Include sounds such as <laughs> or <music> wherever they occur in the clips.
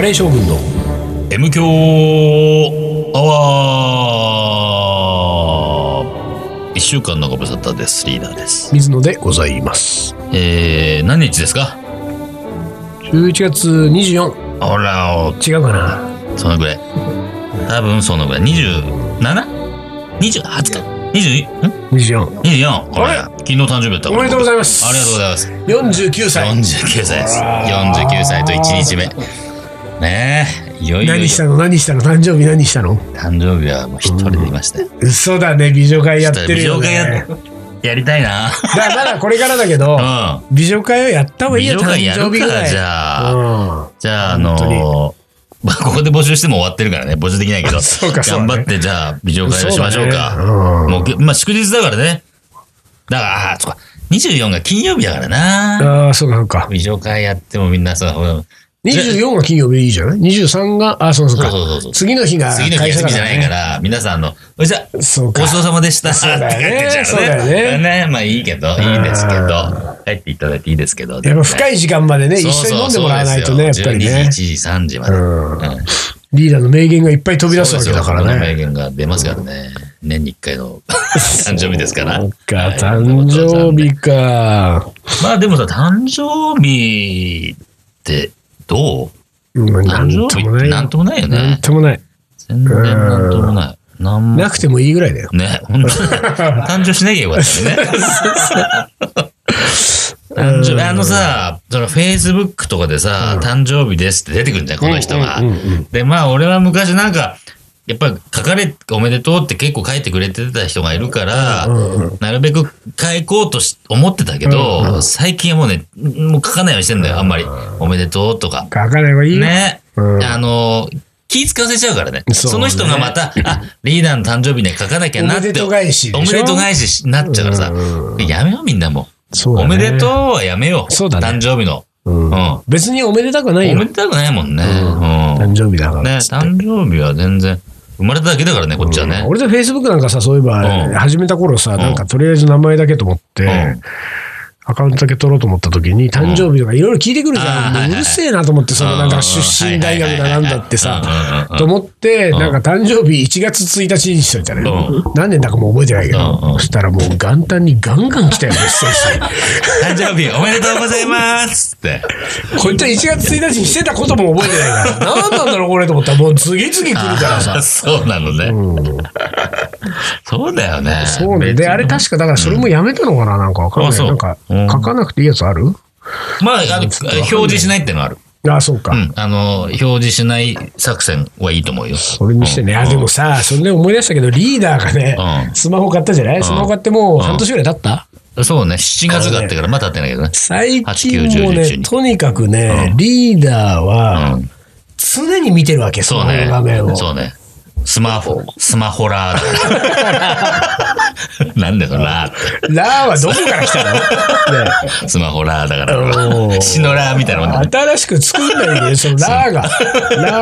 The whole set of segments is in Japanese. レー将軍の M 強アワー一週間のご無沙汰です。リーダーです。水野でございますえー、何日ですか11月24ほら、お違うかなそのぐらい。多分そのぐらい。27?28 か ?22? ん24 ?24? これあれ、昨日誕生日だったおめでとうございますありがとうございます。 49 49歳です。49歳と1日目。ねえ、いよいよ何したの何したの誕生日何したの誕生日はもう一人でいましたよ。嘘だね美女会やってるよ、ね、ちょっと美女会ややりたいな。だからまだこれからだけど、う美女会をやった方がん。いい美よ女会誕や生る日ぐからら、いじゃあ。うんじゃあ、あ本当にのまあ、ここで募集しても終わってるからね、募集できないけど、そうかそうだ頑ね張って、じゃあ、美女会をしましょうか。そうだねうんもうげ、まあ、祝日だからね。だから、あー、そっか、24が金曜日だからな。ああそうかそうか美女会やってもみんなさ、ほら24が金曜日でいいじゃない ?23 が、あ、そうそうか。そうそうそう次の日が次の日会社休だみかじゃら、ないねか。ら、皆さん、あの、おじゃそうかごち。そうさまでした。そうだよねってなっちゃそうだよねねまあいいけど、いいですけど、帰っていただいていいですけど。やっぱ深い。い時間までね、一緒に飲んでもらわないとね、やっぱり12ね。時、1時、3時まで。うんうんリーダーの名言がいっぱい飛び出すわけだからそうですよこのね。名言が出ますからね。年に一回の誕生日ですから。そっはかい、誕生日か。まあでもさ、誕生日ってどううんな誕ん生と日もっなてい。なんともないよなんね。ともない。全然なんともない。なんもなくてもいいぐらいだよ。ね、本当に誕生しなきゃよかった <laughs> よね。誕生日あのさ、その Facebook とかでさ、誕生日ですって出てくるんじゃん、この人がうんうんうんうん。で、まあ俺は昔なんか、やっぱり書かれ、おめでとうって結構書いてくれてた人がいるから、なるべく書こうとし思ってたけど、最近はもうね、もう書かないようにしてんだよ、あんまり。おめでとうとか。書かない方がいいよ。ね、うんあの気使わせちゃうからねそうねその人がまたあリーダーの誕生日ね書かなきゃなっておめでとう返しでしょおめでとう返しになっちゃうからさ、うやめようみんなもうそうだおねめでとうはやめようそうだね誕生日の、うんうん別におめでたくはないおめよ。でたくないもんね、うん誕生日だから。ね誕生日は全然生まれただけだからねこっちはね、俺とフェイスブックなんかさ、そういえば、うん始めた頃さ、なんかとりあえず名前だけと思って、んアカウントだけ取ろうと思った時に、誕生日とかいろいろ聞いてくるじゃん。うんあーはいはいうるせえなと思って、そのなんうかん出身大学だなんだってさうん、と思って、なんか誕生日1月1日にしといたねう。何年だかもう覚えてないけど、うんうんそしたらもう元旦にガンガン来たよ、メッセー誕生日おめでとうございますってジ。こいつは1月1日にしてたことも覚えてない <laughs> から、何なんだろうこれと思ったら、もう次々来るからさ。そうなのね、そうだよねそうね。で、あれ確か、だからそれもやめたのかな、なんかわかんあない。そうなんか、うん書かなくていいやつあるまああの表示しないってのはあるあそうか。うん、あの、表示しない作戦はいいと思うよ。それにしてね、あ、でもさ、それで思い出したけど、リーダーがね、うんスマホ買ったじゃないスマホ買ってもう半年ぐらい経った、そうね、7月があってから、まだ経ってないけどね。最近もう8 9 10 11ね、にとにかくね、リーダーはうん常に見てるわけ、スそマうホの画面を。ね。そうね。スマホ、スマホラーだ。 <laughs> なんだよ、ラ <laughs> ーっラーはどこから来た <laughs> の、ねて。スマホラーだかおーら、シノラーみたいなもんだね。新しく作んないでね、そのラーが。ラ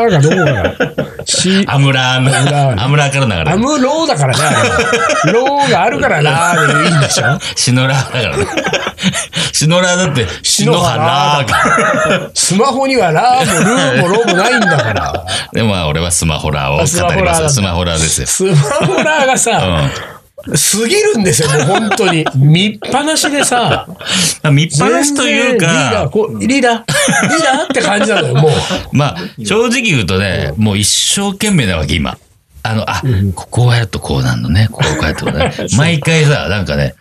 ーがどこ <laughs> から。しアムラームラーの、アムラーからだかアら。ムローだからね、あ <laughs> れはローがあるからラーでいいんでしょシノラーだから <laughs> ね。シノラーだって、シノハラーから。スマホにはラーもルーもローもないんだから。でも、まあ俺はスマホラーを語りますよ。ス <laughs> スママホラーですよ。スマホラーがさ、過ぎるんですよ、もう本当に。見っぱなしでさ、うん。見っぱなしという全然リーかダー、こう、リーダー、リーダーって感じなの <laughs> よ、もう。まあ、正直言うとね、もう一生懸命なわけ、今。あの、あ、ここをやるとこうなんのね、ここをやるとこう <laughs> ね。毎回さ、なんかね、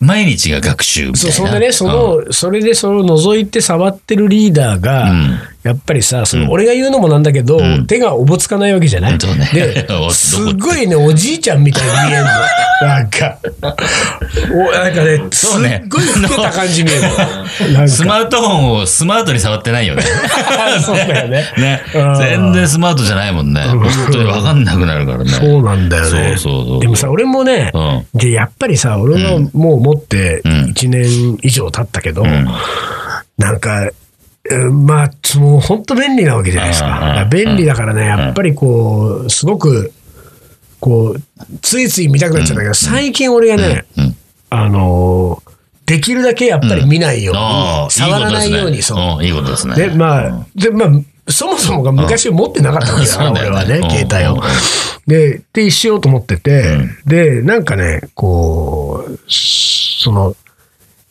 毎日が学習みたいそう、な。そんでね、そうん、の、それでその覗いて触ってるリーダーが、んやっぱりさ、その俺が言うのもなんだけど、手がおぼつかないわけじゃない、そうねで <laughs> おど、こすっごいね、おじいちゃんみたいに見えるの。 <laughs> なんか、おなんかね、すっそうねごい老けた感じ見え <laughs> るの。なんスか、マートフォンをスマートに触ってないよ <laughs> ね。そうだよね。ね。うん全然スマートじゃないもんね。本当にわかんなくなるからね。そうなんだよね。そうそうそうでもさ、俺もね、うんでやっぱりさ、俺はもう持ってん1年以上経ったけど、んなんか、うんまあ、その、本当便利なわけじゃないですか。うんうんだから便利だからね、やっぱりこう、すごく、こう、ついつい見たくなっちゃうんだけど、最近俺がね、うん。あのー、できるだけやっぱり見ないように、ああ、いい触こらとでなすいね。ように、そう。んいいことですね。で、まあ、で、まあ、そもそもが昔持ってなかったわけだから、うんそう俺だよねはねう、ん携帯をうん。で、ってしようと思ってて、で、なんかね、こう、その、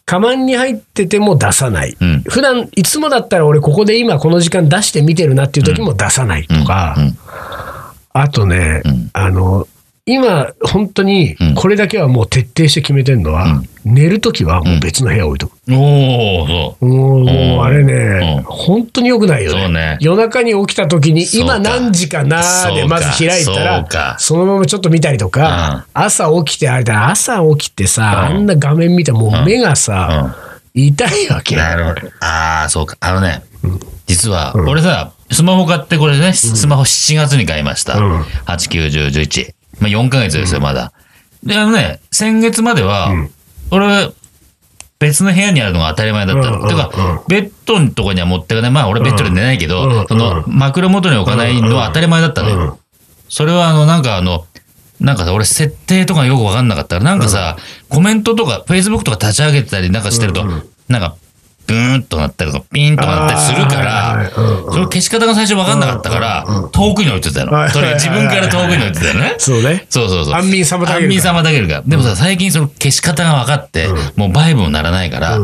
カバンに入ってても出さない。うん普段、いつもだったら俺ここで今この時間出して見てるなっていう時も出さないとか、うんあとね、うんあの、今、本当にうん、これだけはもう徹底して決めてるのは、寝るときはもう別の部屋置いとく。うんおー、そもう、もうあれうねん、本当に良くないよそうねね。夜中に起きた時に、そうか今何時かなーでまず開いたそうらか、そのままちょっと見たりとか、朝起きて、あれだ、朝起きてさ、あうんんな画面見たらもう目がさ、痛いわう。け。なるほど。ああ、そうか。あのね、実は、俺さ、スマホ買ってこれね、スマホ7月に買いました。うん8、9、10、11。まあ4ヶ月ですよ、まだ。で、あのね、先月までは、俺、別の部屋にあるのが当たり前だったうんうんうの。んてか、ベッドのとこには持ってかない。まあ俺ベッドで寝ないけうんうんうどん、その枕元に置かないのは当たり前だったのよ。それはあの、なんかあの、なんかさ、俺設定とかよくわかんなかったら、なんかさ、コメントとか、Facebook とか立ち上げてたりなんかしてると、なんか、ブーンとなったりとか、ピンとなったりするかあーら、はいはいうんうんそれ消し方が最初わかんなかったから、遠くに置いてはたいはいはいの。それ自分から遠くに置いてたのね。そうね。そうそうそう。安眠妨げるから安眠妨げるから。でもさ、最近その消し方が分かって、もうバイブもならないから、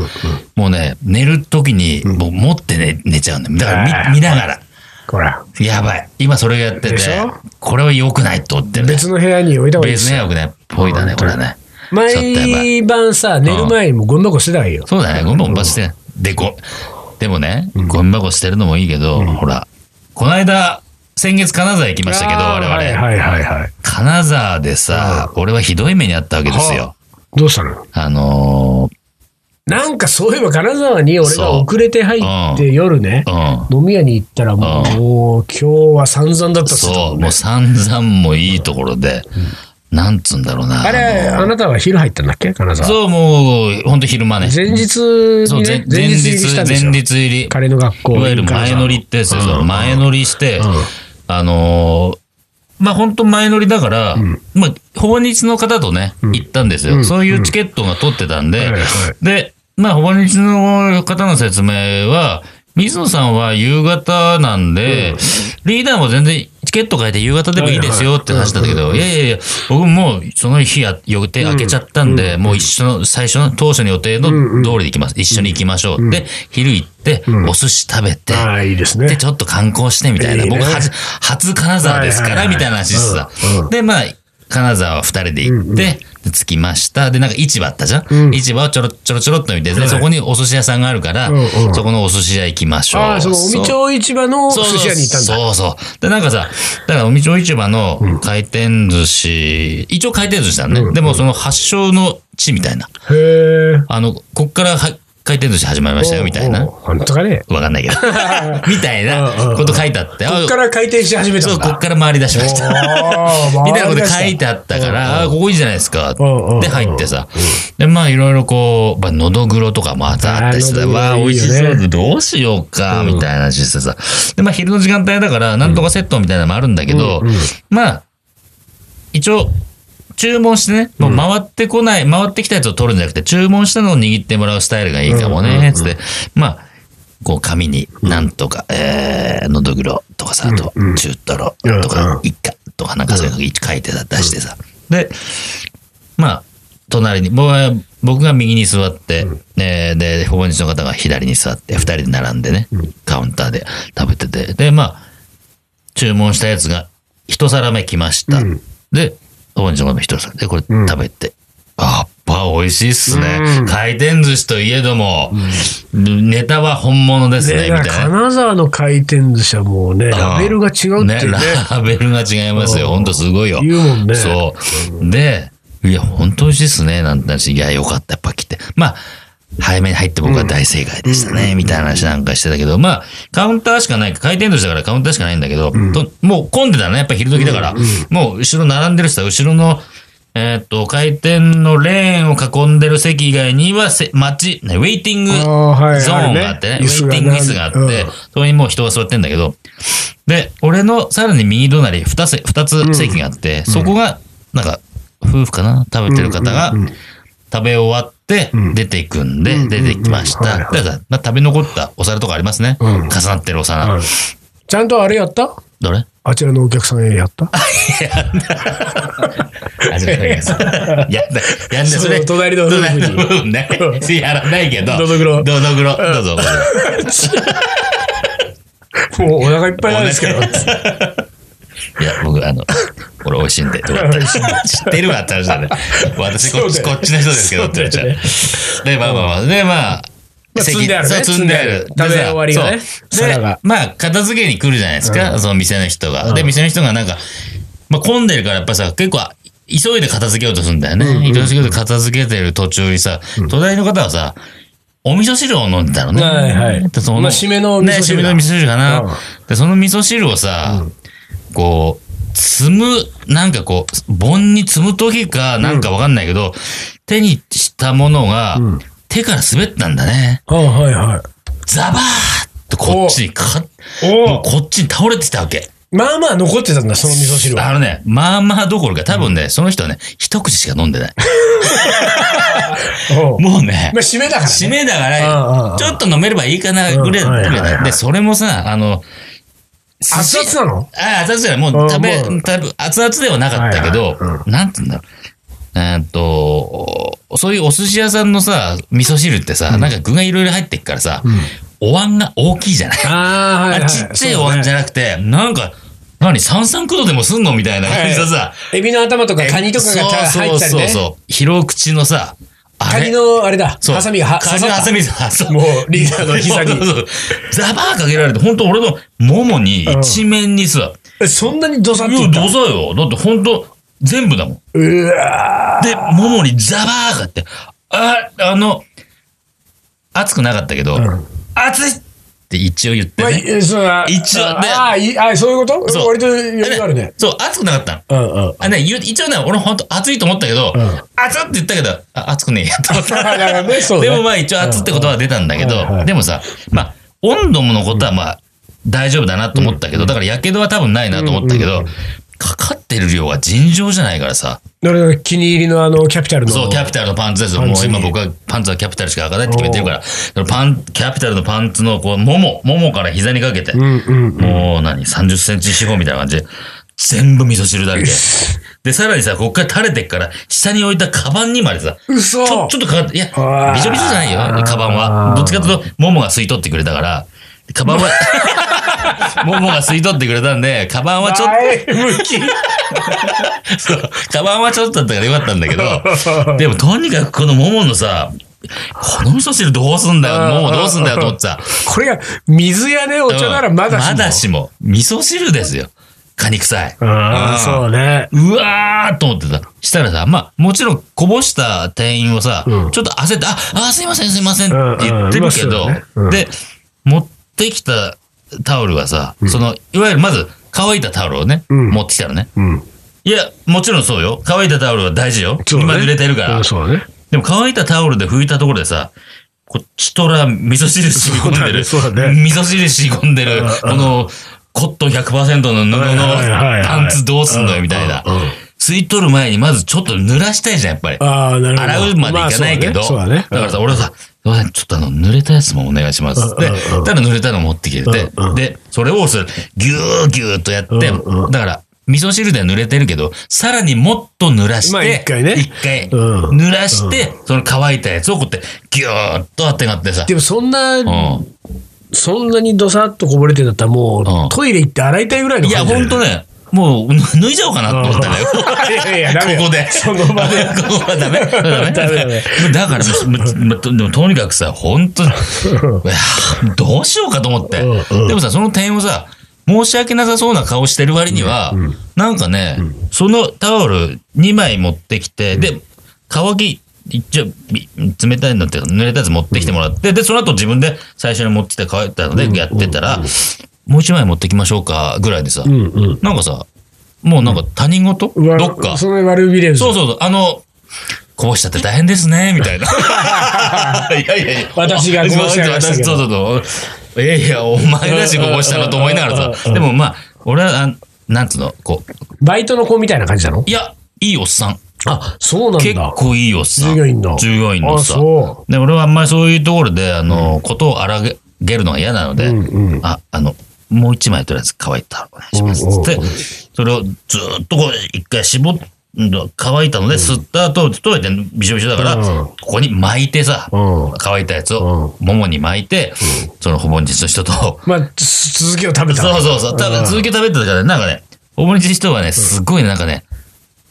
もうね、寝る時に、もう持って寝寝ちゃうんだよ。だかあらー見見ながら。ほら、やばい。今それやってでてしょ、これは良くないと思ってるね。別の部屋に置いた方がいいで別すによ。良くないっぽいだね、これはね。ちょっとやば毎い。晩さ、寝る前にもゴミ箱捨てたらいいよ。そうだね、ゴミ箱捨て、でこ。でもね、ゴミ箱捨てるのもいいけど、ほら、この間、先月金沢行きましたけど、あー我々。はいはいはいはい。金沢でさ、俺はひどい目にあったわけですよ。どうしたのあのなんかそういえば金沢に俺がそう遅れて入って夜ね、ー、うん。飲み屋に行ったらもう,、今日は散々だったっすそよう、もう散々もいいところで、なんつうんだろうな。あれ、のあなたは昼入ったんだっけ金沢。そう、もう、ほんと昼間ね。前日そにう、ね、前前日、したんで前すよ。日入り。彼の学校いわゆる前乗りってやつですよ、前乗りして、あのーまあ本当前乗りだから、まあ訪日の方とね、行ったんですよ、うんそういうチケットが取ってたんで、うんはいはいで、まあ訪日の方の説明は、水野さんは夕方なんで、リーダーも全然チケット変えて夕方でもいいですよって話だったけど、いやいやいや、僕もうその日や予定開けちゃったんで、もう一緒の、最初の当初の予定の通りで行きます。一緒に行きましょう。で、昼行って、お寿司食べて、ああ、いいですねで、。ちょっと観光してみたいな。いいね僕初、初金沢ですかはいはいはら、いみたいな話してたうんう。で、まあ、金沢二人で行って、で着きました。で、なんか市場あったじゃん市場をちょろちょろちょろっと見て、でそこにお寿司屋さんがあるからうんうん、そこのお寿司屋行きましょう。ああ、その、尾身町市場の寿司屋に行ったんだ。そうそうそう。で、なんかさ、だから、おみちょ市場の回転寿司、一応回転寿司だね。でも、その発祥の地みたいな。へえ。あの、こっからは回転寿司始まりましたよ、みたいな。おうおう本当かね。わかんな <laughs> いけど。みたいうんうんうなんこと書いてあって。こっあから回転し始めたんそう、こっだ。から回り出しました。おー <laughs> みたいなこと書いてあったから、あーここいいじゃないですか。うんうんで、入ってさ。で、まあ、いろいろこう、まあ、のどぐろとかもあったりしてあさ、ーのどぐろわあ、いいよ美ね味しそうで、どうしようか、みたいな話してさ。で、まあ、昼の時間帯だから、なんとかセットみたいなのもあるんだけど、まあ、一応、注文してね、もう回ってこない、回ってきたやつを取るんじゃなくて、注文したのを握ってもらうスタイルがいいかもね、つって。まあ、こう紙に、なんとか、えー、のどぐろとかさ、あと、中トロとうんうかん、一家とかなんかそういうの書いてさ、出してさ。で、まあ、隣に、僕は僕が右に座って、えーで、訪日の方が左に座って、二人で並んでね、カウンターで食べてて。で、まあ、注文したやつが一皿目来ました。うんで、訪日の方も一皿。で、これうん食べて。あやっぱ美味しいっすね。うん回転寿司といえども、ネタは本物ですね、ね、みだたかいらな。金沢の回転寿司はもうね、ラベルが違うっていうね。ラベルが違いますよ。うんほんとすごいよ。言うもんねそう。で、いや、ほんと美味しいっすね、なんて話。いや、よかった、やっぱ来て。まあ、早めに入って僕は大正解でしたね、みたいな話なんかしてたけど、まあ、カウンターしかない、回転寿司だからカウンターしかないんだけど、ともう混んでたね、やっぱ昼時だから。もう後ろ並んでる人は後ろの、えーっと、回転のレーンを囲んでる席以外にはせ、待ち、ねウェイティングあーはいゾーンがあってね、あるねウェイティング椅子があって、うんそこにもう人が座ってんだけど、で、俺のさらに右隣2つ、二つ席があって、そこが、なんか、夫婦かな食べてる方が、食べ終わって、出ていくんで、出てきましうんうんうんた。だから、まあ、食べ残ったお皿とかありますね。重なってるお皿。うんちちゃんとあれやったどれあちらのお客さんへや <laughs> ったあちらのお客さんやんだ、やんだ、そそれ。の隣の夫婦に隣の夫 <laughs> 婦ね。やらないけど。どのぐろどのぐろどうぞ。もうお腹いっぱいなんですけ <laughs> ど。いや、僕、あの、俺美味しいんで、どうやったら知ってるわって話だね。私こっそち、うだこよっちの人ですけどって言われちゃう。で、まあまあまあ、で、まあ、まあ席積んであるねそう積んである。積んである食べ終わりがねそう皿でが、まあ、片付けに来るじゃないですか、その店の人が。で、店の人がなんか、まあ、混んでるからやっぱさ、結構、急いで片付けようとするんだよね。急いで片付けてる途中にさ、隣の方はさ、お味噌汁を飲んでたのね。はいはいでそのまあ締めの味噌汁ね、だ締めの味噌汁かな。うんで、その味噌汁をさ、こう、積む、なんかこう、盆に積む時か、なんかわかんないけど、手にしたものが、うん手から滑ったんだね。あはいはい。ザバーっとこっちにかか、もうおこっちに倒れてきたわけ。まあまあ残ってたんだ、その味噌汁は。あのね、まあまあどころか、多分ね、その人はね、一口しか飲んでない。おうも <laughs> うねまあ、、締めだから、ね。締めだかうんうんうら、んちょっと飲めればいいかな、ぐらいうんはいだはいはいったで、それもさ、あの、熱々なのああ、熱々じゃない。もう食べ、うんもう食べ、熱々ではなかったけど、はいはなんつうんだろう。えーっと、そういうお寿司屋さんのさ、味噌汁ってさ、なんか具がいろいろ入ってっからさ、お椀が大きいじゃない、ああ、はい、はあい。ちっちゃいお椀じゃなくて、なんか、何、三三九度でもすんのみたいな感じでさ、エビの頭とかカニとかがたそう入ったりそうそうね。そう。広口のさ、あれカニのあれだ、そうハサミがはカニのハサミがそうもうリーダーの膝にそうそうそうザバーかけられて、本当俺のももに一面にさ、えそんなにドサッいといや、ったどうぞよ。だって本当全部だもん。うわで、ももにザバーがあって、あ、あの、熱くなかったけど、ん熱いって一応言ってー。まあ、ね。えその一応ねああいあ、そういうことそう割と余裕あるね。そう、熱くなかったの。うんうん。あね、言う一応ね、俺本当熱いと思ったけど、うん熱って言ったけど、あ熱くねえやと思っ <laughs> た。なるほどねそうねでもまあ一応熱ってことは出たんだけうんはいはど、いでもさ、まあ、温度のことはまあ、大丈夫だなと思ったけど、だからやけどは多分ないなと思ったけど、かかってる量は尋常じゃないからさ、なるほど気に入りのあの、キャピタルの。そう、キャピタルのパンツですよ。パもンうツに今僕はパンツはキャピタルしか開かないって決めてるから、そのパン、キャピタルのパンツの、こう、もも、ももから膝にかけて、うんうん。もう何、30センチ四方みたいな感じで、全部味噌汁だらけ。で、さらにさ、こっから垂れてっから、下に置いたカバンにまでさ、ち嘘ょ、ちょっとかかって、いや、あーびしょびしょじゃないよ、カバンは。どっちかというと、ももが吸い取ってくれたから、カバンは、 <laughs> ももが吸い取ってくれたんで、カバンはちょっと、前向き。そう。カバンはちょっとだったからよかったんだ <laughs> けど、でもとにかくこのモモのさ、この味噌汁どうすんだよ、モモどうすんだよと思ってさ。これが水やね、お茶ならまだしも。まだしも。味噌汁ですよ。カニ臭い。ああ、そうね。うわーと思ってた。したらさ、まあ、もちろんこぼした店員をさ、うんちょっと焦って、あ、あ、すいません、すいませんうんって言ってるけど、うんいますよねうんで、持ってきたタオルはさ、その、いわゆるまず乾いたタオルをね、うん持ってきたのね。うん。いや、もちろんそうよ。乾いたタオルは大事よ。そうね今濡れてるからうん。そうね。でも乾いたタオルで拭いたところでさ、こっちとら味噌汁染み込んでる。そうだねそうだね味噌汁染み込んでる。この、コットン100%の布のはいはいはいはいパンツどうすんのよ、みたいなうんうんうん。吸い取る前にまずちょっと濡らしたいじゃん、やっぱり。ああ、なるほど。洗うまでいかないけど。まあそうだね。だからさ、俺はさ、すいませんちょっとあの、濡れたやつもお願いしますって。うんうんうんただ濡れたの持ってきててうんう、んで、それをそれぎゅーぎゅーっとやって、うんうだから、味噌汁では濡れてるけど、さらにもっと濡らして、まあ一回ね一回うん濡らして、その乾いたやつをこうやって、ぎゅーっとあってがってさ、でもそんな、うそんなにどさっとこぼれてんだったらもう、うんトイレ行って洗いたいぐらいん。のいや、感じほだよんとね、もう、 <laughs> 脱いじゃおうかなと思ったのよ。いやいや、ダメよここで。その場で。 <laughs> ここはダメ。 <laughs> ダメダメダメだからもう、もうとでもとにかくさ、本当に、いやどうしようかと思って。うんうんでもさ、その点をさ、申し訳なさそうな顔してる割には、なんかね、そのタオル2枚持ってきて、で、乾き、一応、び冷たいのっていうか、濡れたやつ持ってきてもらって、で、その後自分で最初に持ってきて乾いたのでやってたら、もう一枚持ってきましょうか、ぐらいでさ、うんうん。なんかさ、もうなんか他人事、うわどっか。その悪びれる。そうそうそう、あの、こぼしちゃって大変ですね、みたいな。 <laughs> いやいやいや、私がこぼしちゃいましたけど私そうそうそう。いやいや、お前だしこぼしたのと思いながらさ。でもまあ、俺は、あんなんつうの、こう、バイトの子みたいな感じなのいや、いいおっさん。あ、そうなんだ。結構いいおっさ従ん。業員の従業員のあ、さ。そで、俺はあんまりそういうところで、あの、ことを荒げるのが嫌なので、う。うんうん。あ、あの、もう一枚とりあえず乾いたお願いします。つって、それをずっとこう、一回絞っ乾いたので、吸った後、とでびしょびしょだから、うんここに巻いてさ、うん乾いたやつを、ももに巻いて、そのほぼ日の人と、まあ、つ続きを食べた。そうそうそう。ただ続き食べてたからね、なんかね、大森人はね、すごいねなんかね、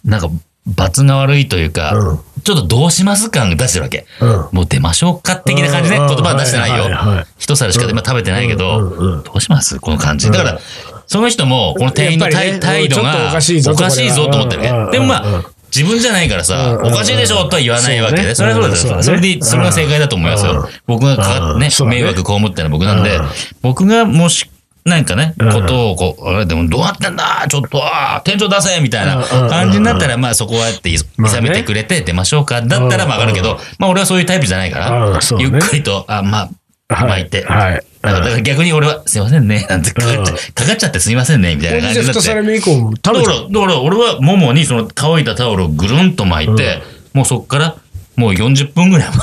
なんか、罰が悪いというか、うんちょっとどうします感が出してるわけ。うんもう出ましょうか的な感じでうん言葉は出してないよ。はいはいはい一皿しか今食べてないけど、うんうんうんどうしますこの感じ。だから、その人も、この店員のやっぱり態,、ねう度んちょっとが、おかしいぞおかしいぞと思ってるうんうんうんね。でもまうんうあ、自分じゃないからさ、うんうんおかしいでしょとは言わないわけで、そそうれねはそうですうんよ。そそうだれねで、それが正解だと思いますうんよ。僕がうかんねそうだね迷惑被ってるのは僕なんでうん、僕がもし、なんかね、うんことをこう、あれでもどうなってんだちょっと、あー店長出せみたいな感じになったら、まあそこはやってい、いまあねさめてくれて出ましょうか。だったらまあわかるけうんど、まあ俺はそういうタイプじゃないから、うんそうねゆっくりと、あ、まあ、巻いて。はいはいだからだから逆に俺は、すいませんね、なんてかかっちゃ、かかっちゃってすいませんね、みたいな感じになって。 2皿目以降も食だべかた。ら、だから俺はももにその乾いたタオルをぐるんと巻いて、もうそっから、もう40分ぐらい前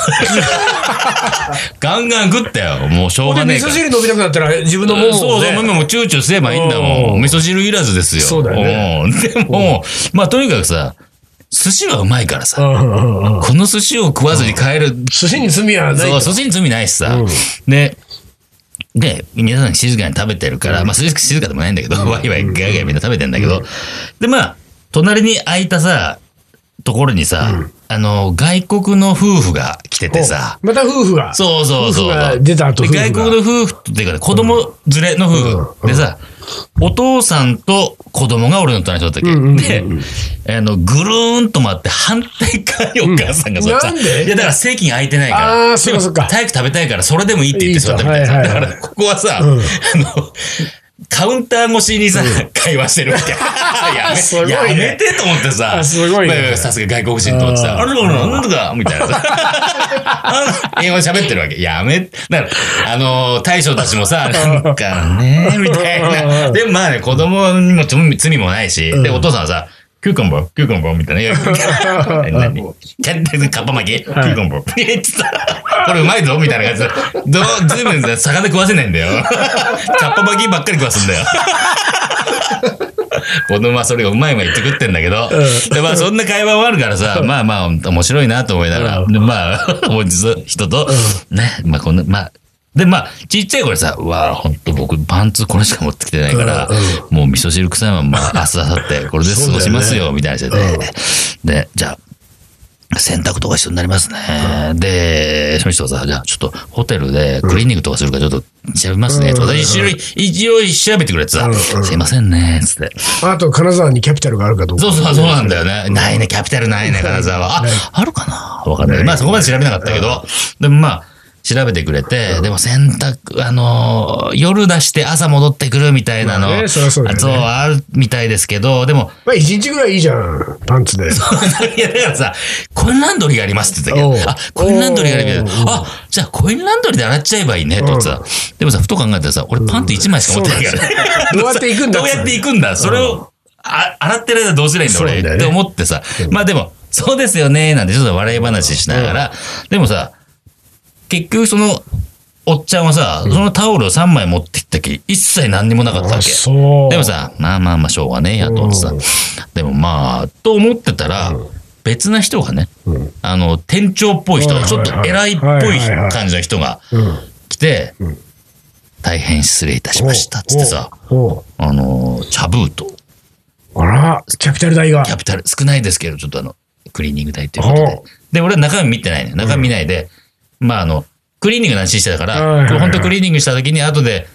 <laughs> ガンガン食ったよ。もうしょうがでねえ味噌から。汁飲みたくなったら自分のもんをねそうそう、ももチューチューすればいいんだも。うん味噌汁いらずですよ。そうだよねうんでも、まあとにかくさ、寿司はうまいからうさ、んうんうんこの寿司を食わずに帰る。寿司に罪はないそかう、寿司に罪ないしさ。うんで、で、皆さん静かに食べてるから、まあ静か静かでもないんだけど、ワイワイガヤガヤみんな食べてんだけど、で、まあ、隣に空いたさ、ところにさ、あの、外国の夫婦が来ててさ、また夫婦が。そうそうそう。夫婦が出た後で夫婦が外国の夫婦っていうかね、子供連れの夫婦でさ、お父さんと子供が俺の隣に座ったうんうんうんわけ。で、あの、ぐるーんと回って反対側にお母さんが座ってた。うんなんでいや、だから席が空いてないから。あーそっかそっかでも体育食べたいから、それでもいいって言って座ったみたいいいとな。はいだはいかはいら、ここはさ、うんあの、カウンター越しにさ、会話してるわけ。 <laughs> すごいやねめ、やめてと思ってさ、あすごいねまあまあさすが外国人と思ってさ、ああれなんとか、みたい <laughs> なさ。英語で喋ってるわけ。やめ、だから、あのー大将たちもさ、なんかね、みたいな。で、まあね、子供にも罪罪もないし、で、お父さんはさ、キューカンボー、キューカンボーみたいな。い <laughs> や何キャッテンカッパ巻きキューカンボー。え、つったこれうまいぞみたいな感じで。どう、ずいぶんさ魚食わせないんだよ。 <laughs> カッパ巻きばっかり食わすんだよ。子供はそれがうまいまい言って食ってんだけど、でまあそんな会話もあるからさ、まあまあ面白いなと思いながら、でまあ、 <laughs> 本日の人と、ね、まあこんな、まあ、でまあ、ちっちゃい頃さ、うわあ、ほんと僕、パンツこれしか持ってきてないから、もう味噌汁臭いまま、明日、明後日、 <laughs> これで過ごしますよ、みたいな人で、で、じゃあ、洗濯とか一緒になりますね。で、その人がさ、じゃあちょっとホテルでクリーニングとかするからちょっと調べますね。とか一応、一応調べてくれってさ、すいませんね、つって。あと、金沢にキャピタルがあるかどうか。そうそう、そうなんだよね。ないね、キャピタルないね、金沢は。あ、あるかなわかんない。まあそこまで調べなかったけど、でもまあ、調べてくれて、でも洗濯、あのー、夜出して朝戻ってくるみたいなの、まあねそりゃそうだよねそうあるみたいですけど、でも、まあ、一日ぐらいいいじゃん。パンツで。いや、だからさ、コインランドリーがありますって言ってたけど、おうあ、コインランドリーがあるけどおう、あ、じゃあコインランドリーで洗っちゃえばいいね、と思ってさ。でもさ、ふと考えたらさ、俺パンツ1枚しか持ってないからね。うんそ <laughs> うなんですよどうやって行くんだどうやって行くんだそれを、あ洗ってる間どうすりゃいいんだそうなんだよ俺。っねて思ってさ。まあでも、そうですよね、なんてちょっと笑い話しながら、でもさ、結局その、おっちゃんはさ、そのタオルを3枚持ってきたき、一切何にもなかったわけ。そう。でも、さ、まあまあまあ、しょうがねえやと思ってさうん、でもまあ、と思ってたら、別な人がね、うん。あの、店長っぽい人はいが、はいちょっと偉いっぽい感じの人がうん。来てうん、大変失礼いたしました、つってさ、おう。あの、茶ブーと、おうあら、キャピタル代がキ。ャピタル、少ないですけど、ちょっとあの、クリーニング代ということおでう。で、俺は中身見てないね。中身見ないで、まああの、クリーニングの話してたかはいはいはら、いこれ本当クリーニングした時に後で、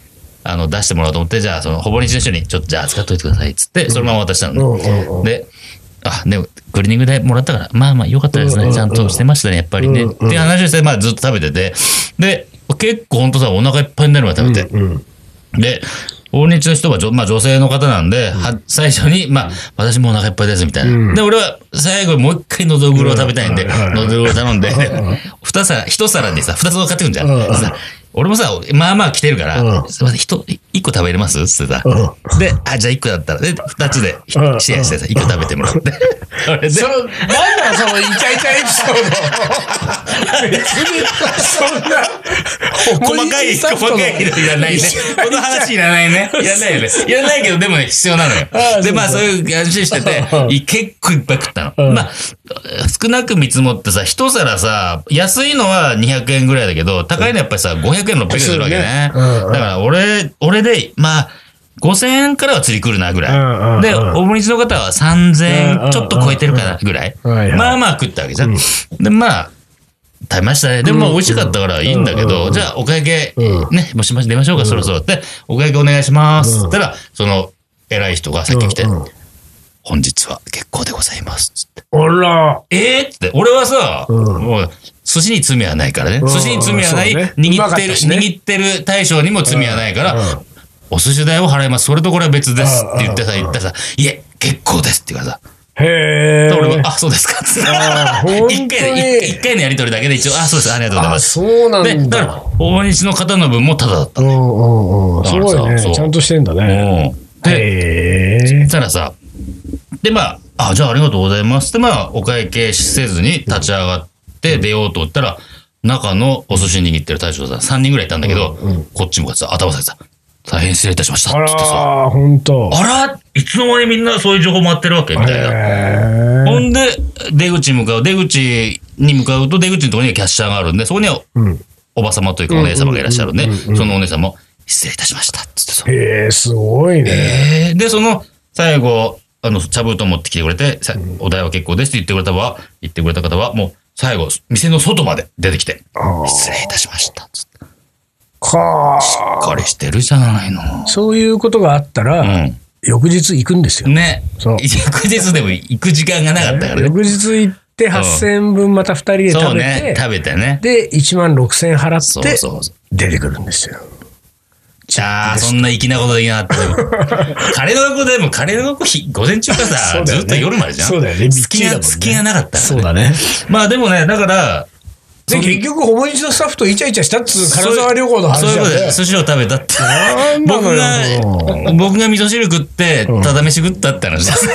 あの、出してもらおうと思って、じゃあ、その、ほぼ日の人に、ちょっと、じゃあ、使っといてください、つって、そのまま渡したのね。うんうんうん。で、あ、でも、クリーニング代もらったから、まあまあ、よかったですうんうんうね。んちゃんとしてましたね、やっぱりね。うんっうんていう話をして、まあ、ずっと食べてて。で、結構ほんとさ、お腹いっぱいになるまで食べて。うん。で、大日の人は、じょまあ、女性の方なんで、は最初に、まあ、私もお腹いっぱいです、みたいな。うんで、俺は、最後、もう一回、のどぐろを食べたいんで、うんはいはいのどぐろを頼んで、二皿、一皿にさ、二つを買ってくんじゃん。うんさ俺もさ、まあまあ来てるから、うんすいません、一一個食べれますっつってさ、うで、あ、じゃあ一個だったら、で、二つで、シうんェアしてさ、一個食べてもらって。 <laughs> それでその、なんだそのイチャイチャエピソード。別に、そんな、 <laughs> 細かい、細かいのいらないね。この話いらないね。いらないよね。いらないけど、でもね、必要なのああよ。で、まあ、そういう話しててうん、い結構いっぱい食ったうの。んまあ、少なく見積もってさ、一皿さ、安いのは200円ぐらいだけど、高いのはやっぱりさ、500円、600円するわけね。だそうねうんうんから、俺、俺で、まあ、5000円からは釣り来るな、ぐうんうんうらんい。で、おもりの方は3000円ちょっと超えてるかな、ぐらい。はいはいまあまあ食ったわけじゃん。で、まあ、食べましたね。でもまあ美味しかったからいいんだけうんうんど、じゃあお会計、うね、もしもし出ましょうか、そろそろ。で、お会計お願いします。つったら、その、偉い人がさっき来て、うんうん本日は結構でございます。つって。あら。えー、って、俺はさ、うんもう、寿司に罪はないからね。うん寿司に罪はない、そうねう握まっかってる、たしね握ってる大将にも罪はないから、うんうんお寿司代を払います。それとこれは別です。うんって言ってさ、言ったらさ、いえ、結構ですって言うからさ、へえ。俺も、あ、そうですか。つってあー本当に一回で、一回一回のやりとりだけで一応、あ、そうです、ありがとうございまあ、す。そうなで、んだかだら。、大西の方の分もタダだったう。んうんうん。だすからさごいね。そうちゃんとしてんだね。うんで、へそえし。たらさ、で、まあ、あ、じゃあありがとうございますって、まあ、お会計せずに立ち上がって出ようと言ったら、中のお寿司握ってる大将さん、3人ぐらいいたんだけど、こっち向かってさ、頭下げてさ、大変失礼いたしました。あって言ってさ、ら、ほんと。あら、いつの間にみんなそういう情報待ってるわけみたいな。へほんで、出口に向かう。出口に向かうと、出口のところにはキャッシャーがあるんで、そこにはんおば様というかお姉様がいらっしゃるんで、そのお姉様も、失礼いたしました。つってさえ。へえ、すごいね。えーで、その、最後、あの、茶封筒持ってきてくれて、さお題は結構ですって言ってくれたは、言ってくれた方は、もう、最後、店の外まで出てきて、あー失礼いたしました。つって。かあ。これしてるじゃないの。そういうことがあったら、う翌日行くんですよん。。ね。そう翌日でも行く時間がなかったからね。翌日行って8000分また2人でそう食べね。て、食べてね。で、1万6000払そっうてそうそう。出てくるんですよ。じゃあ、そんな粋なことできなかっ <laughs> たでも。カレーの学校でも、カレーの学校ひ午前中からそさ、うだよずねっと夜までじゃん。そうだよねびっ隙ちりだもんが、ね隙がなかったからねそうだね。まあでもね、だから、で、結局、ほぼ日のスタッフとイチャイチャしたっつう金沢旅行の話そういうだことよねで、寿司を食べたって。なんな僕のよが、僕が味噌汁食って、ただ飯食ったって話 <laughs> です。いや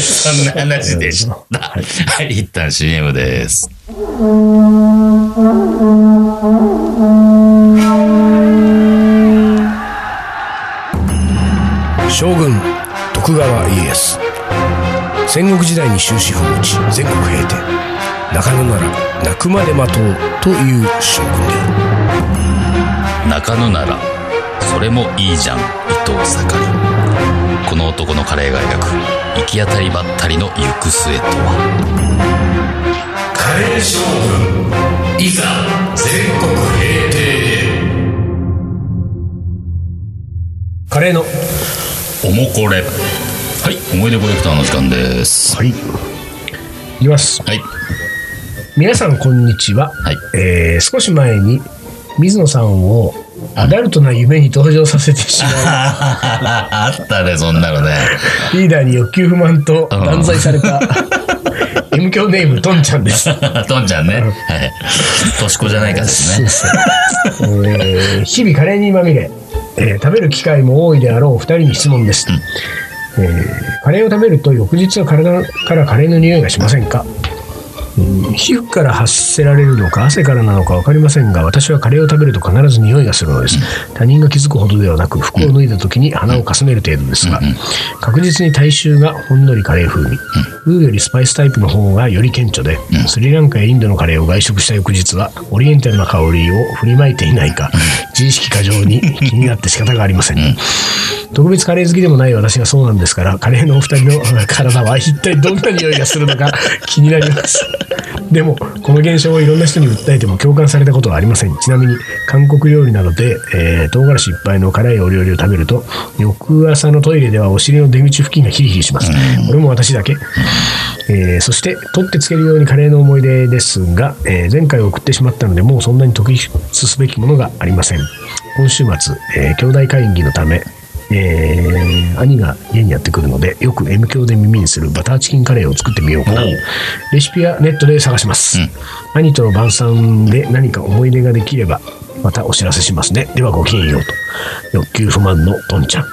そんな話でした。はい、一旦 CM です。将軍徳川家康戦国時代に終止符を打ち全国平定中野なら泣くまで待とうという将軍である中野ならそれもいいじゃん伊藤盛この男のカレーが描く行き当たりばったりの行く末とはカレー将軍いざ全国平定カレーのおもこれはい思い出コレクターの時間ですはいいきます <laughs> はい皆さんこんにちは、はいえー少し前に水野さんをアダルトな夢に登場させてしまあったねそんなのねうリーダーに欲求不満と断罪され <laughs> た M 響ネームトンちゃんですとんちゃんねはい年子じゃないかですねそうですねえー日々カレーにまみれ、えー食べる機会も多いであろう2人に質問です、えーカレーを食べると翌日は体からカレーの匂いがしませんか、うん皮膚から発せられるのか汗からなのか分かりませんが私はカレーを食べると必ず匂いがするのです他人が気づくほどではなく服を脱いだ時に鼻をかすめる程度ですが確実に体臭がほんのりカレー風味ルーよりスパイスタイプの方がより顕著でスリランカやインドのカレーを外食した翌日はオリエンタルな香りを振りまいていないか自意識過剰に気になって仕方がありません特別カレー好きでもない私がそうなんですから、カレーのお二人のあの体は一体どんな匂いがするのか気になります。でも、この現象をいろんな人に訴えても共感されたことはありません。ちなみに、韓国料理などで、えー唐辛子いっぱいの辛いお料理を食べると、翌朝のトイレではお尻の出口付近がヒリヒリします。これも私だけ。えーそして取ってつけるようにカレーの思い出ですが、えー前回送ってしまったのでもうそんなに特筆すべきものがありません今週末、えー兄弟会議のためえー兄が家にやってくるのでよく M 響で耳にするバターチキンカレーを作ってみようかなおうレシピはネットで探します、うん兄との晩餐で何か思い出ができればまたお知らせしますねではごきげんようと欲求不満のとんち <laughs> ゃん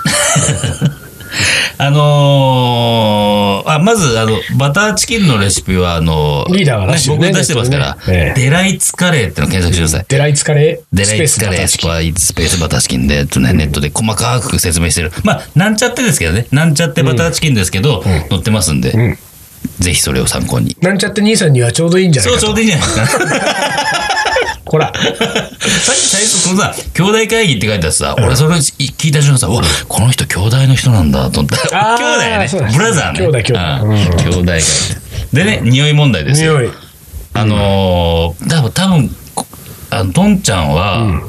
あのーあ、まず、あの、バターチキンのレシピは、あのリーダーが出ねしてる僕ねが出してますから、ええデライツカレーってのを検索してください。デライツカレーデスラペーイスツバカターレーチスキンパイスペースバターチキンで、えっとね、ネットで細かく説明してる。まあ、なんちゃってですけどね、なんちゃってバターチキンですけど、載ってますんで、んぜひそれを参考に。なんちゃって兄さんにはちょうどいいんじゃないそかう、ちとょうどいいんじゃないですか。ほらさっき最初、このさ、兄弟会議って書いてあってさ、俺それ聞いた瞬間さ、うわ、この人兄弟の人なんだと思った。あー兄弟やねそうだ。ブラザーね。兄弟兄弟あうんー兄弟会議。でね、匂い問題ですよ。匂いあのー、多分多分こあのとんちゃんは、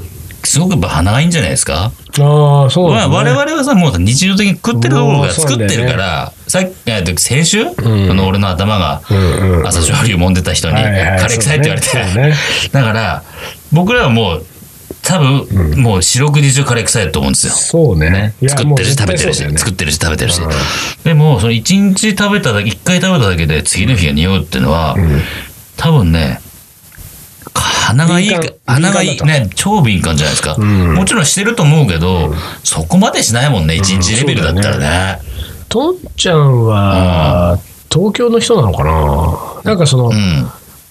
すごくやっぱ鼻がいいんじゃないですか、ああそうまだ、あ、ね、我々はさもう日常的に食ってるところうんがそう作だよっねてるから、さっきえっと先週、あの俺の頭がうんうん朝青龍飲んでた人に「はいはいカレー臭い」って言われて、そうねそうね <laughs> だから僕らはもう多分、もう四六時中カレー臭いと思うんですよ。そうねね、いや作ってるし食べてるし、もう絶対そうだよね作ってるし食べてるし、でもその一日食べただけ一回食べただけで次の日が匂うっていうのは、多分ね鼻がいいか敏感鼻がいい敏感ね超敏感じゃないですか、もちろんしてると思うけど、そこまでしないもんね一日レベルだったらね,、とんちゃんは東京の人なのかななんかその、うん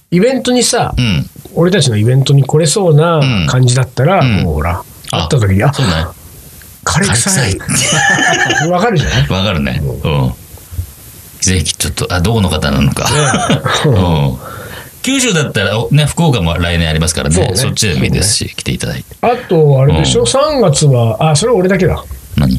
イベントにさ、うん俺たちのイベントに来れそうな感じだったら、んもうほら、あ会った時に、あ、そうだねカレー臭い。わかるじゃないわかるねうんぜひちょっとあどこの方なのか、うん九州だったら、おね、福岡も来年ありますからねそそうねっちでもいいですし、来ていただいてあと、あれでしょ、3月は、あ、それは俺だけだ。何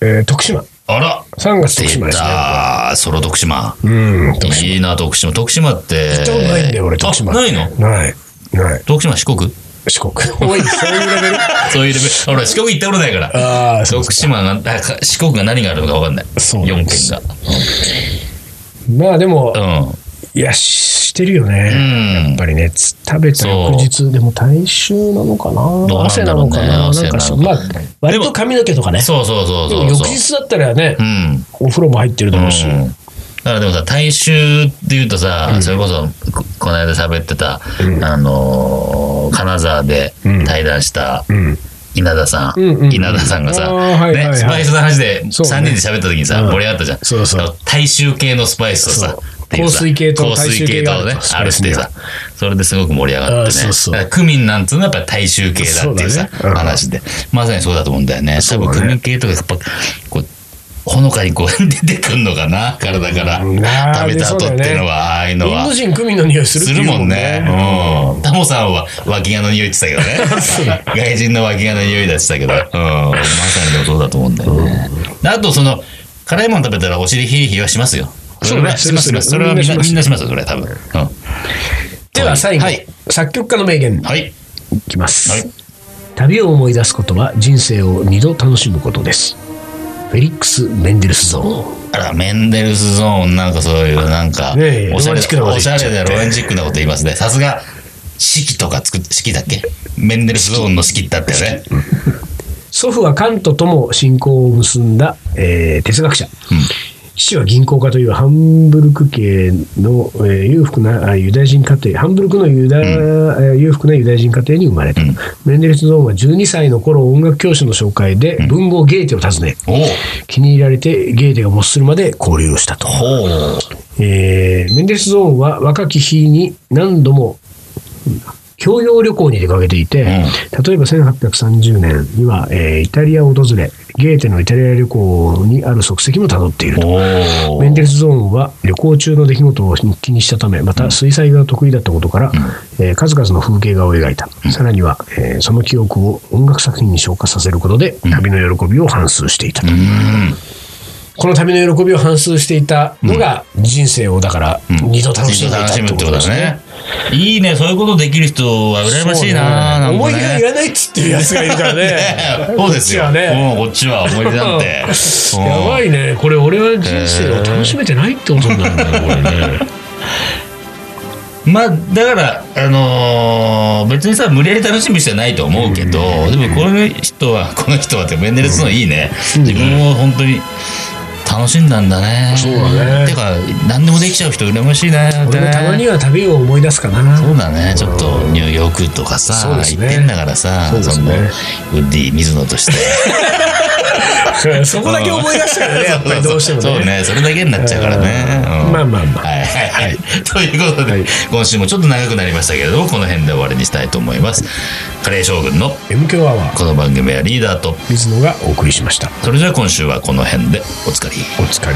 えー徳島。あら3月徳出島ですね。たソロ徳島うん、徳島。いいな徳島徳島って行ったことないんだよ、俺、徳島。あないのない。ない。徳島四国 <laughs> 四国。おい、そういうレベル。そういうレベル俺四国行ったことないから <laughs> ああ、そう徳島があか四国が何があるのか分かんないそうなん4です県がまあでも、うんいや、ししてるようね。やんっぱりね、つ食べたそう翌日、でも体臭なのかうななん汗だなろうのねかななんかそう、汗なのかなまあ、割と髪の毛とかね。そうそうそうでそもう翌そう日だったらねう、んお風呂も入ってるだろうし。うんだからでもさ大衆っていうとさ、それこそここの間喋ってた、あのー金沢で対談したうん。稲田さん、うんうんうん稲田さんがさ、あーはいはいはいね、スパイスの話で3そうね人で喋った時にさ、うん盛り上がったじゃんそうそうあの大衆系のスパイスとさそうっていうさ香水系と香水系とね大衆系があるとあるってスパさそれですごく盛り上があっーてねそうそうだからクミンなんつうのはやっぱり大衆系だっていうさそうだねうん話でまさにそうだと思うんだよねそ多うだね分クミン系とかやっぱこうほのかにこう <laughs> 出てくんのかな体からうんあー食べた後っていうのはああいうイのンはド。人クミンの匂いするすってるいうもんね。うん。タモさんは脇毛の匂いって言ってた <laughs> けどね。外人の脇毛の匂いだってたけど。うん。まさにでもそうだと思うんだよね。あと、その、辛いもの食べたらお尻ヒリヒリはしますよ。それはそしうねますします。すそるれするはみみんんな、なしますみんなしますよ、それは多分。うん。では最後、はい。作曲家の名言はい。いきます、はい旅を思い出すことは人生を二度楽しむことですフェリックス・メンデルスゾーンあら、メンデルスゾーン、なんかそういう、なんか、ねえおしロゃマンチックなことれ、お言っしちゃゃってれでロマンチックなこと言いますね。さすが、式とか作って、式だっけメンデルスゾーンの式だったよね。祖父はカントとも親交を結んだ、えー哲学者、父は銀行家というハンブルク系の、えー裕福なあユダヤ人家庭、ハンブルクのユダ、えー裕福なユダヤ人家庭に生まれた、うんメンデルスゾーンは12歳の頃音楽教師の紹介で文豪ゲーテを訪ね、おう気に入られてゲーテが没するまで交流をしたと。ほう。えーメンデルスゾーンは若き日に何度も教養旅行に出かけていて、ん例えば1830年には、えーイタリアを訪れ、ゲーテのイタリア旅行にある足跡もたどっていると。おメンデルルスゾーンは旅行中の出来事を日記にしたため、また水彩画が得意だったことから、えー数々の風景画を描いた。さらには、えーその記憶を音楽作品に昇華させることで、旅の喜びを反芻していたと。うん。この旅の喜びを反芻していたのが人生をだから二度楽しんでいたって楽しむこってとでことだすねね。。いいね、そういうことできる人は羨ましいな。なんかね思い出がいらないっつっていうやつがいるからね。ね <laughs> そうですよ。こっちはねもうこっちは思い <laughs> 出なんて。うんやばいね。これ俺は人生を楽しめてないってことになるんだよ、これね。まあだから、あのー別にさ無理やり楽しむ必要はないと思うけど、でもこの人は <laughs> この人はってメンデルスのいいね、自分も本当に楽しんだんだねそうだねてか何でもできちゃう人羨ましいね俺もたまには旅を思い出すかなそうだねちょっとニューヨークとかさ、そうです行ねってんだからさそうですねそのウッディ水野として <laughs> そこだけ思い出したからねやっぱりどうしてもねそうそうねそれだけになっちゃうからね、うんまあまあまあはいはいはい。ということで、はい今週もちょっと長くなりましたけれども、この辺で終わりにしたいと思います。カレー将軍の M 強アワーこの番組はリーダーと、水野がお送りしましたそれじゃあ今週はこの辺でおつかり。お疲れ